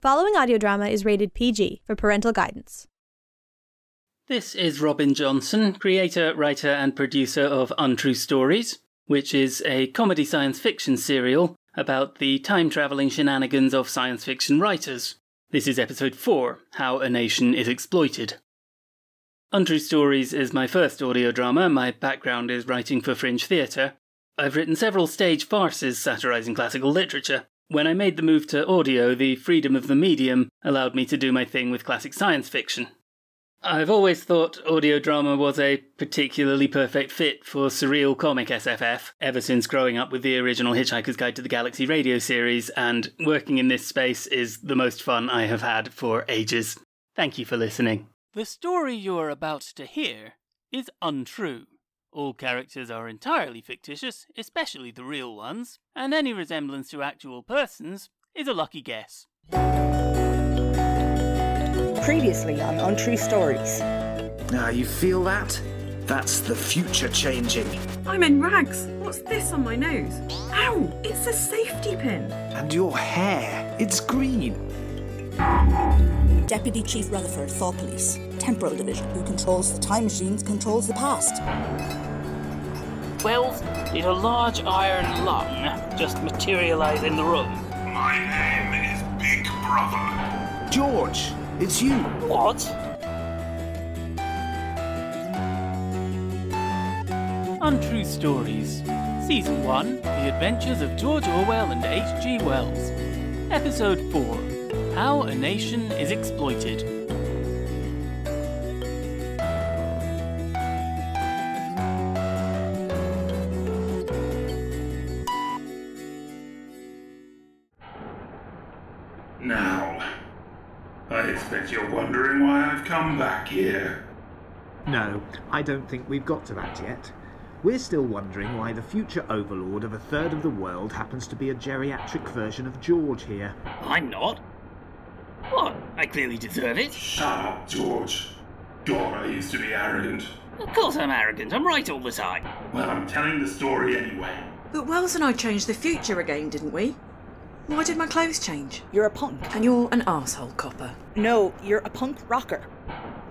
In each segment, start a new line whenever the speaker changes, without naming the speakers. Following audio drama is rated PG for parental guidance.
This is Robin Johnson, creator, writer, and producer of Untrue Stories, which is a comedy science fiction serial about the time traveling shenanigans of science fiction writers. This is episode 4 How a Nation is Exploited. Untrue Stories is my first audio drama. My background is writing for fringe theatre. I've written several stage farces satirising classical literature. When I made the move to audio, the freedom of the medium allowed me to do my thing with classic science fiction. I've always thought audio drama was a particularly perfect fit for surreal comic SFF, ever since growing up with the original Hitchhiker's Guide to the Galaxy radio series, and working in this space is the most fun I have had for ages. Thank you for listening. The story you're about to hear is untrue. All characters are entirely fictitious, especially the real ones, and any resemblance to actual persons is a lucky guess.
Previously on Untrue Stories.
Now Ah, you feel that? That's the future changing.
I'm in rags. What's this on my nose? Ow! It's a safety pin.
And your hair, it's green.
Deputy Chief Rutherford, Thor Police, Temporal Division, who controls the time machines, controls the past.
Wells did a large iron lung just materialize in the room.
My name is Big Brother.
George, it's you.
What?
Untrue Stories, Season 1 The Adventures of George Orwell and H.G. Wells, Episode 4 How a Nation is Exploited.
Now, I expect you're wondering why I've come back here.
No, I don't think we've got to that yet. We're still wondering why the future overlord of a third of the world happens to be a geriatric version of George here.
I'm not. What? I clearly deserve it.
Shut up, George. God, I used to be arrogant.
Of course I'm arrogant. I'm right all the time.
Well, I'm telling the story anyway.
But Wells and I changed the future again, didn't we? Why did my clothes change?
You're a punk.
And you're an asshole, copper.
No, you're a punk rocker.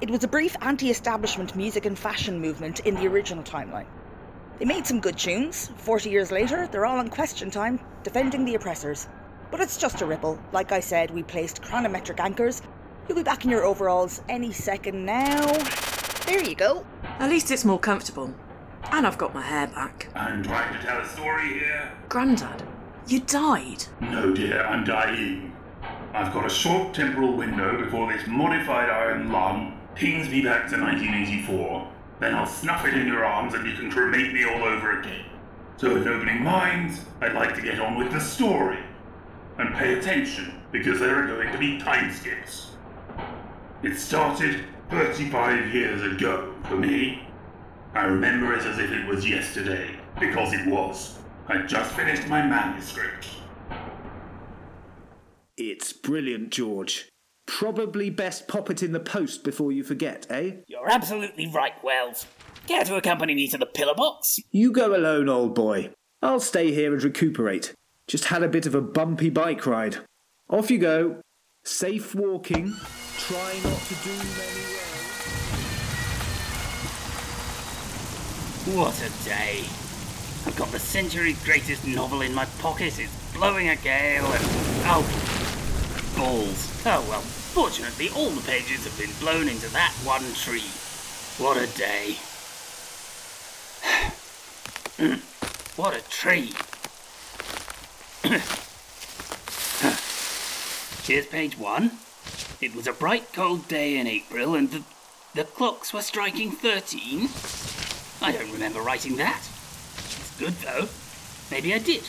It was a brief anti establishment music and fashion movement in the original timeline. They made some good tunes. 40 years later, they're all on question time, defending the oppressors. But it's just a ripple. Like I said, we placed chronometric anchors. You'll be back in your overalls any second now. There you go.
At least it's more comfortable. And I've got my hair back.
I'm trying to tell a story here.
Grandad, you died.
No, dear, I'm dying. I've got a short temporal window before this modified iron lung pings me back to 1984. Then I'll snuff it in your arms and you can cremate me all over again. So, with opening minds, I'd like to get on with the story. And pay attention, because there are going to be time skips. It started 35 years ago for me. I remember it as if it was yesterday, because it was. I just finished my manuscript.
It's brilliant, George. Probably best pop it in the post before you forget, eh?
You're absolutely right, Wells. Care to accompany me to the pillar box?
You go alone, old boy. I'll stay here and recuperate. Just had a bit of a bumpy bike ride. Off you go. Safe walking. Try not to do many roads.
What a day. I've got the century's greatest novel in my pocket. It's blowing a gale and. Oh, balls. Oh, well, fortunately, all the pages have been blown into that one tree. What a day. what a tree. Here's page one. It was a bright, cold day in April, and the, the clocks were striking 13. I don't remember writing that. It's good, though. Maybe I did.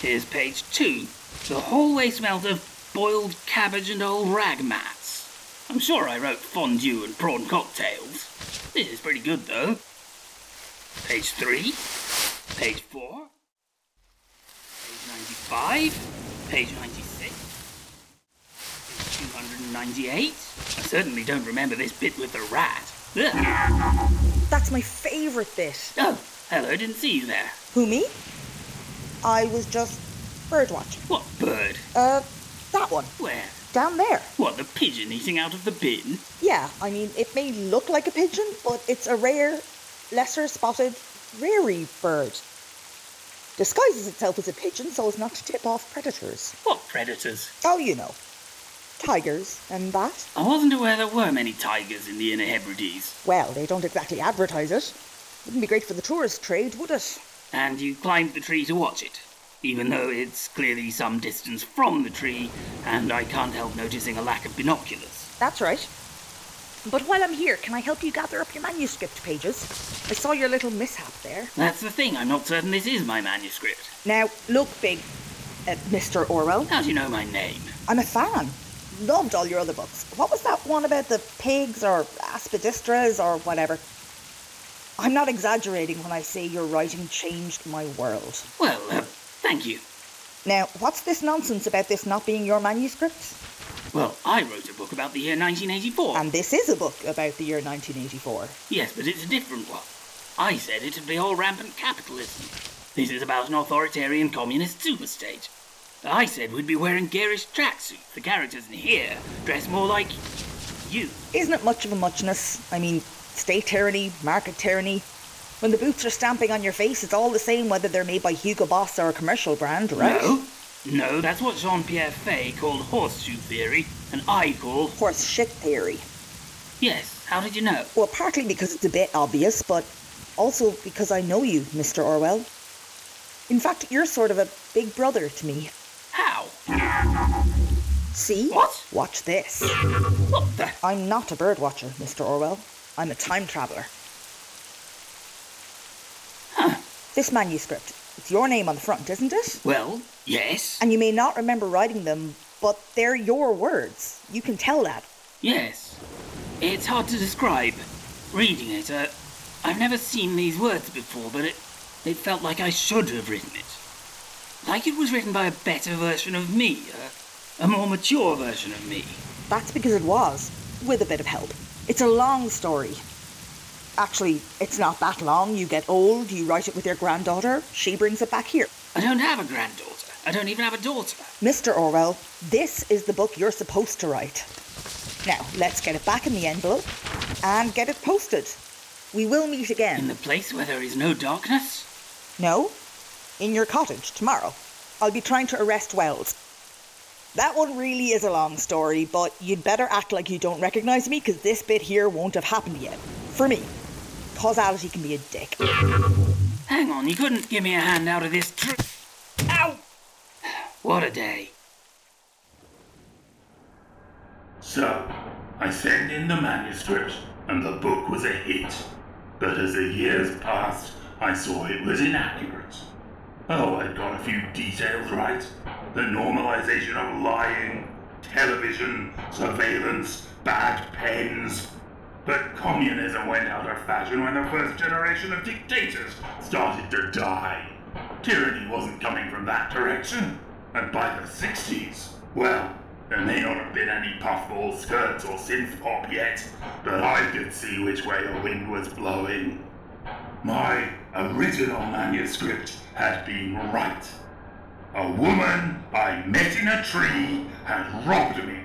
Here's page two. The hallway smelled of boiled cabbage and old rag mats. I'm sure I wrote fondue and prawn cocktails. This is pretty good, though. Page three. Page four. Page 95. Page 96. Page 298. I certainly don't remember this bit with the rat. Ugh.
That's my favourite bit.
Oh, hello, didn't see you there.
Who, me? I was just birdwatching.
What bird?
Uh, got one.
Where?
Down there.
What, the pigeon eating out of the bin?
Yeah, I mean, it may look like a pigeon, but it's a rare, lesser spotted rary bird. Disguises itself as a pigeon so as not to tip off predators.
What predators?
Oh, you know. Tigers and that.
I wasn't aware there were many tigers in the Inner Hebrides.
Well, they don't exactly advertise it. Wouldn't be great for the tourist trade, would it?
And you climbed the tree to watch it, even though it's clearly some distance from the tree, and I can't help noticing a lack of binoculars.
That's right. But while I'm here, can I help you gather up your manuscript pages? I saw your little mishap there.
That's the thing, I'm not certain this is my manuscript.
Now, look, big uh, Mr. Orwell.
How do you know my name?
I'm a fan. Loved all your other books. What was that one about the pigs or aspidistras or whatever? I'm not exaggerating when I say your writing changed my world.
Well, uh, thank you.
Now, what's this nonsense about this not being your manuscript?
Well, I wrote a book about the year 1984.
And this is a book about the year 1984.
Yes, but it's a different one. I said it'd be all rampant capitalism. This is about an authoritarian communist superstate. I said we'd be wearing garish tracksuits. The characters in here dress more like you.
Isn't it much of a muchness? I mean, state tyranny, market tyranny. When the boots are stamping on your face, it's all the same whether they're made by Hugo Boss or a commercial brand, right?
No, no, that's what Jean Pierre Fay called horseshoe theory, and I call.
Horse shit theory.
Yes, how did you know?
Well, partly because it's a bit obvious, but also because I know you, Mr. Orwell. In fact, you're sort of a big brother to me.
How?
See?
What?
Watch this.
What the?
I'm not a bird watcher, Mr. Orwell. I'm a time traveler. This manuscript, it's your name on the front, isn't it?
Well, yes.
And you may not remember writing them, but they're your words. You can tell that.
Yes. It's hard to describe. Reading it, uh, I've never seen these words before, but it, it felt like I should have written it. Like it was written by a better version of me, Uh, a, a more mature version of me.
That's because it was, with a bit of help. It's a long story. Actually, it's not that long. You get old, you write it with your granddaughter, she brings it back here.
I don't have a granddaughter. I don't even have a daughter.
Mr. Orwell, this is the book you're supposed to write. Now, let's get it back in the envelope and get it posted. We will meet
In
again.
the place where there is no darkness?
No? In your cottage tomorrow. I'll be trying to arrest Wells. That one really is a long story, but you'd better act like you don't recognize me because this bit here won't have happened yet. For me. Causality can be a dick.
Hang on, you couldn't give me a hand out of this tr- Ow! What a day.
So, I sent in the manuscript, and the book was a hit. But as the years passed, I saw it was inaccurate. Oh, I'd got a few details right. The normalization of lying, television, surveillance, bad pens. But communism went out of fashion when the first generation of dictators started to die. Tyranny wasn't coming from that direction. And by the 60s, well, there may not have been any puffball skirts or synth pop yet, but I could see which way the wind was blowing. My original manuscript had been right. A woman I met in a tree had robbed me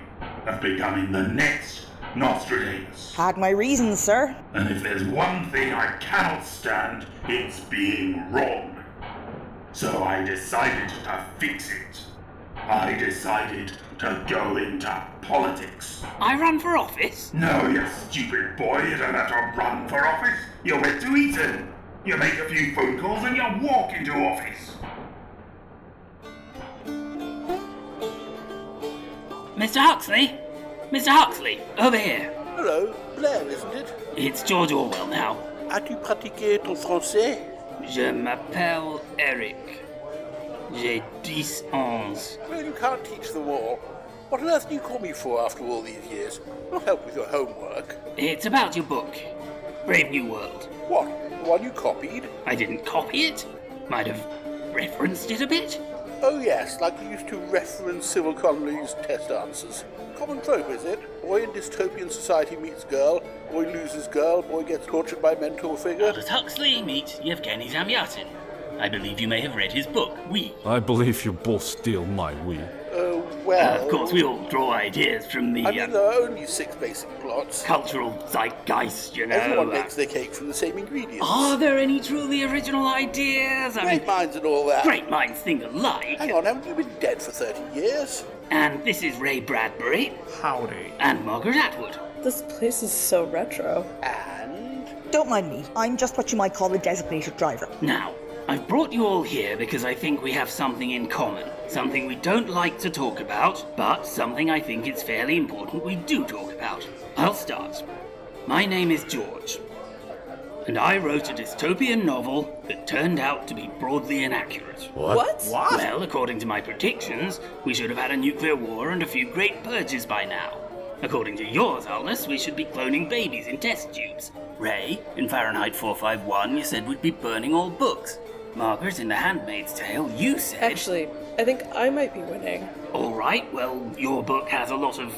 of becoming the next Nostradamus.
Had my reasons, sir.
And if there's one thing I cannot stand, it's being wrong. So I decided to fix it. I decided to go into politics.
I run for office?
No, you stupid boy, you don't have to run for office. You went to Eton. You make a few phone calls and you walk into office.
Mr. Huxley? Mr. Huxley, over here.
Hello, Blair, isn't it?
It's George Orwell now.
As-tu pratiqué ton français?
Je m'appelle Eric. J'ai 10 ans.
Well, you can't teach them all. What on earth do you call me for after all these years? Not help with your homework.
It's about your book, Brave New World.
What? The one you copied?
I didn't copy it. Might have referenced it a bit.
Oh, yes, like we used to reference Cyril Connolly's test answers. Common trope, is it? Boy in dystopian society meets girl, boy loses girl, boy gets tortured by mentor figure.
Aldous Huxley meets Yevgeny Zamyatin. I believe you may have read his book, We.
I believe you both steal my wee.
Uh, well.
Uh, of course, we all draw ideas from the
I mean,
uh,
there are only six basic plots.
cultural zeitgeist, you know.
Everyone
uh, Ah,
makes their cake from the same ingredients.
Are there any truly original ideas? I
Great
mean,
minds and all that.
great minds think alike.
Hang on, haven't you been dead for 30 years?
And this is Ray Bradbury
Howdy.
and Margaret Atwood.
This place is so retro.
And
Don't mind me, I'm just what you might call a designated driver.
Now, I've brought you all here because I think we have something in common. Something we don't like to talk about, but something I think it's fairly important we do talk about. I'll start. My name is George, and I wrote a dystopian novel that turned out to be broadly inaccurate.
What?
Well, according to my predictions, we should have had a nuclear war and a few great purges by now. According to yours, Alnus, we should be cloning babies in test tubes. Ray, in Fahrenheit 451, you said we'd be burning all books. Margaret, in The Handmaid's Tale, you said.
Actually, I think I might be winning.
All right, well, your book has a lot of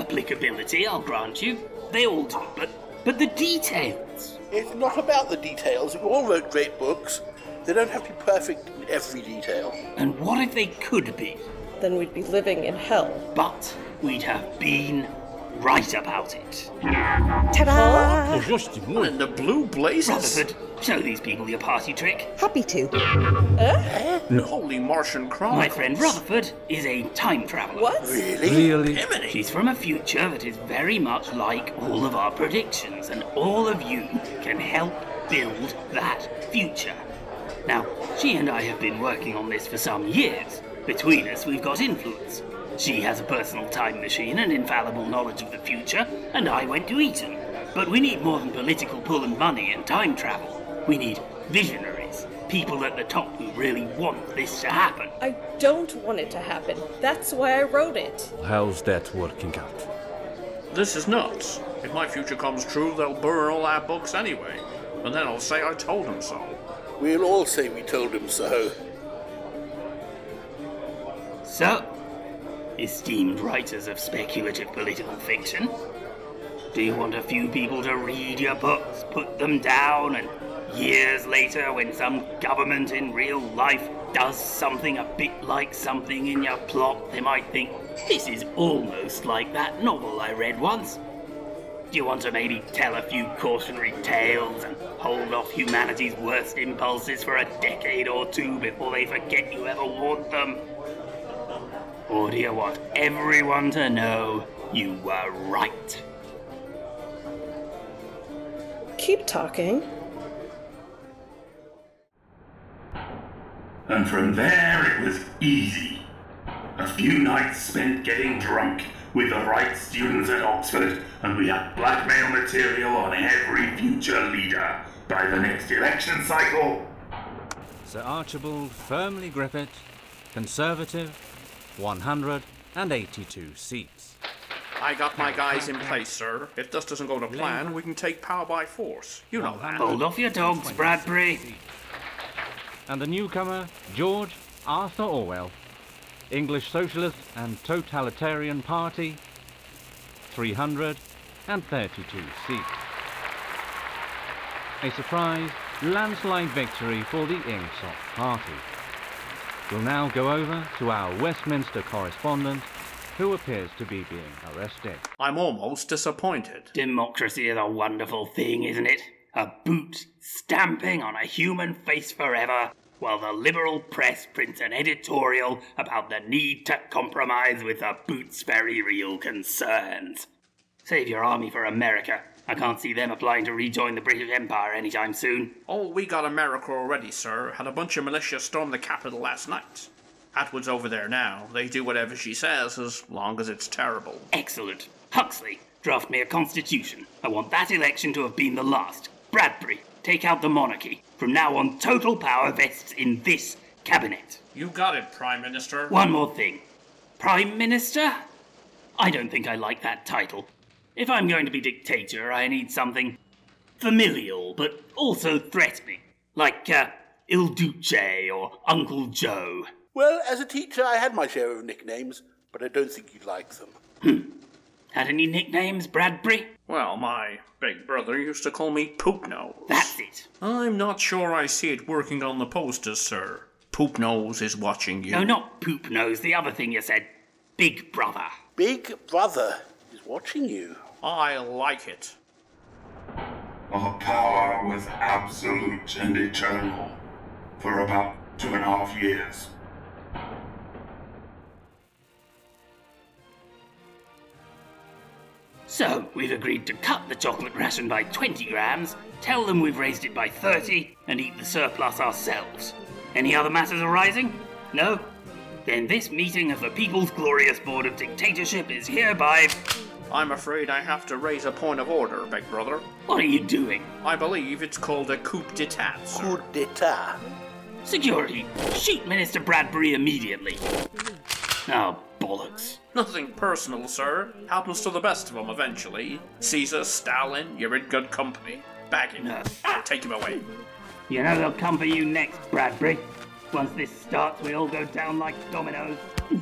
applicability, I'll grant you. They all do, but, but the details.
it's not about the details. We all wrote great books. They don't have to be perfect in every detail.
And what if they could be?
Then we'd be living in hell.
But we'd have been right about it.
Ta-da!
in the blue blazes.
Rutherford, show these people your party trick.
Happy to.
Holy Martian
My
Chronicles.
friend Rutherford is a time traveler.
What?
Really?
She's from a future that is very much like all of our predictions, and all of you can help build that future. Now, she and I have been working on this for some years. Between us, we've got influence. She has a personal time machine and infallible knowledge of the future, and I went to Eton. But we need more than political pull and money and time travel. We need visionaries, people at the top who really want this to happen.
I don't want it to happen. That's why I wrote it.
How's that working out?
This is nuts. If my future comes true, they'll burn all our books anyway. And then I'll say I told them so.
We'll all say we told him so.
So, esteemed writers of speculative political fiction, do you want a few people to read your books, put them down, and years later, when some government in real life does something a bit like something in your plot, they might think, this is almost like that novel I read once? Do you want to maybe tell a few cautionary tales and hold off humanity's worst impulses for a decade or two before they forget you ever warned them? Or do you want everyone to know you were right?
Keep talking.
And from there it was easy. A few nights spent getting drunk with the right students at Oxford, and we had blackmail material on every future leader. By the next election cycle,
Sir Archibald firmly grippet, conservative, 182 seats.
I got my guys in place, sir. If this doesn't go to plan, we can take power by force. You know that.
Hold off your dogs, Bradbury.
And the newcomer, George Arthur Orwell, English Socialist and Totalitarian Party, 332 seats. A surprise landslide victory for the Ingsoc Party. We'll now go over to our Westminster correspondent, who appears to be being arrested.
I'm almost disappointed.
Democracy is a wonderful thing, isn't it? A boot stamping on a human face forever, while the liberal press prints an editorial about the need to compromise with the boot's very real concerns. Save your army for America. I can't see them applying to rejoin the British Empire anytime soon.
Oh, we got America already, sir. Had a bunch of militia storm the capital last night. Atwood's over there now. They do whatever she says, as long as it's terrible.
Excellent. Huxley, draft me a constitution. I want that election to have been the last. Bradbury, take out the monarchy. From now on, total power vests in this cabinet.
You got it, Prime Minister.
One more thing. Prime Minister? I don't think I like that title. If I'm going to be dictator, I need something familial, but also threatening. Like, uh, Il Duce or Uncle Joe.
Well, as a teacher, I had my share of nicknames, but I don't think you'd like them.
Had any nicknames, Bradbury?
Well, my big brother used to call me Poop Nose.
That's it.
I'm not sure I see it working on the posters, sir. Poop Nose is watching you.
No, not poop nose, the other thing you said. Big Brother.
Big Brother is watching you.
I like it.
Our power was absolute and eternal for about two and a half years.
So, we've agreed to cut the chocolate ration by 20 grams, tell them we've raised it by 30, and eat the surplus ourselves. Any other matters arising? No? Then this meeting of the People's Glorious Board of Dictatorship is hereby.
I'm afraid I have to raise a point of order, Big Brother.
What are you doing?
I believe it's called a coup d'etat. Coup
d'etat?
Security, shoot Minister Bradbury immediately. Oh, bollocks.
Nothing personal, sir. Happens to the best of them eventually. Caesar, Stalin, you're in good company. Bag him. Ah, Take him away.
You know they'll come for you next, Bradbury. Once this starts, we all go down like dominoes.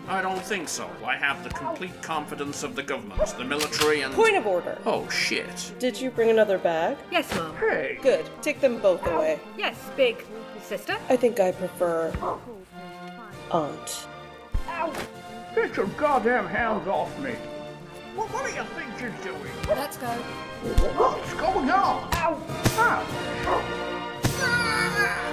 I don't think so. I have the complete confidence of the government, the military, and.
Point of order.
Oh, shit.
Did you bring another bag?
Yes, Mum.
Hey.
Good. Take them both away.
Oh, Yes, big sister.
I think I prefer. Aunt.
Ow! Get your goddamn hands off me! What, what do you think you're doing?
Let's go.
What's going on? Ow! Ah.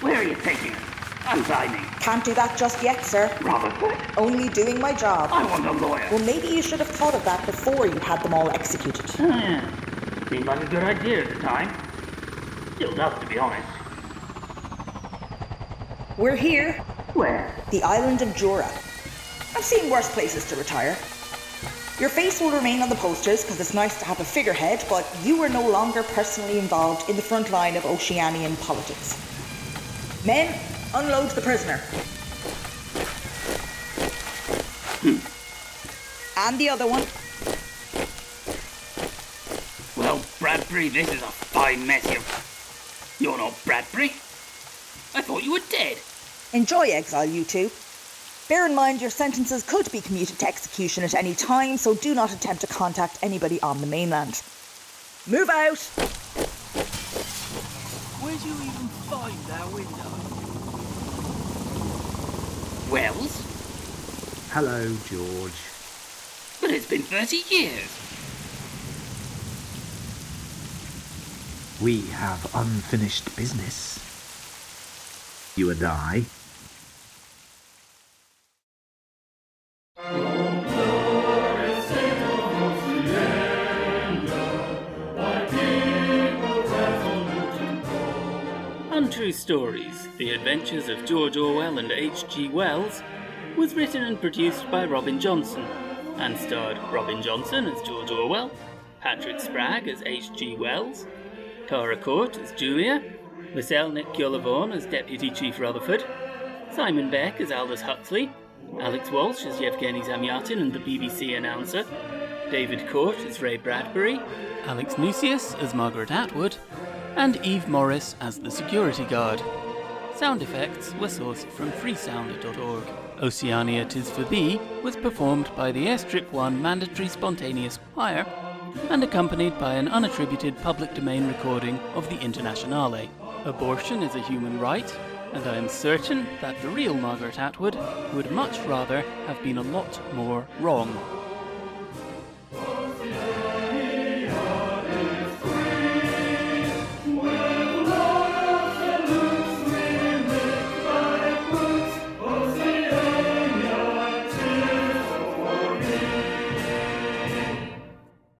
Where are you taking us? Untie me.
Can't do that just yet, sir.
Robert, what?
Only doing my job.
I want a lawyer.
Well, maybe you should have thought of that before you had them all executed.
Seemed Hmm. like a good idea at the time. Still does, to be honest.
We're here.
Where?
The island of Jura. I've seen worse places to retire. Your face will remain on the posters because it's nice to have a figurehead, but you are no longer personally involved in the front line of Oceanian politics. Men, unload the prisoner. And the other one.
Well, Bradbury, this is a fine mess you've. You're not Bradbury. I thought you were dead.
Enjoy exile, you two. Bear in mind your sentences could be commuted to execution at any time, so do not attempt to contact anybody on the mainland. Move out!
Where do you even find that window?
Wells?
Hello, George.
But it's been 30 years.
We have unfinished business. You and I.
Untrue Stories The Adventures of George Orwell and H.G. Wells was written and produced by Robin Johnson and starred Robin Johnson as George Orwell, Patrick Spragg as H.G. Wells, Tara Court as Julia, Marcel Nick Gullivorn as Deputy Chief Rutherford, Simon Beck as Aldous Huxley, Alex Walsh as Yevgeny Zamyatin and the BBC announcer, David Court as Ray Bradbury, Alex Nusius as Margaret Atwood, and Eve Morris as the security guard. Sound effects were sourced from freesound.org. Oceania Tis For Thee was performed by the Airstrip 1 Mandatory Spontaneous Choir and accompanied by an unattributed public domain recording of the Internationale. Abortion is a human right, and I am certain that the real Margaret Atwood would much rather have been a lot more wrong.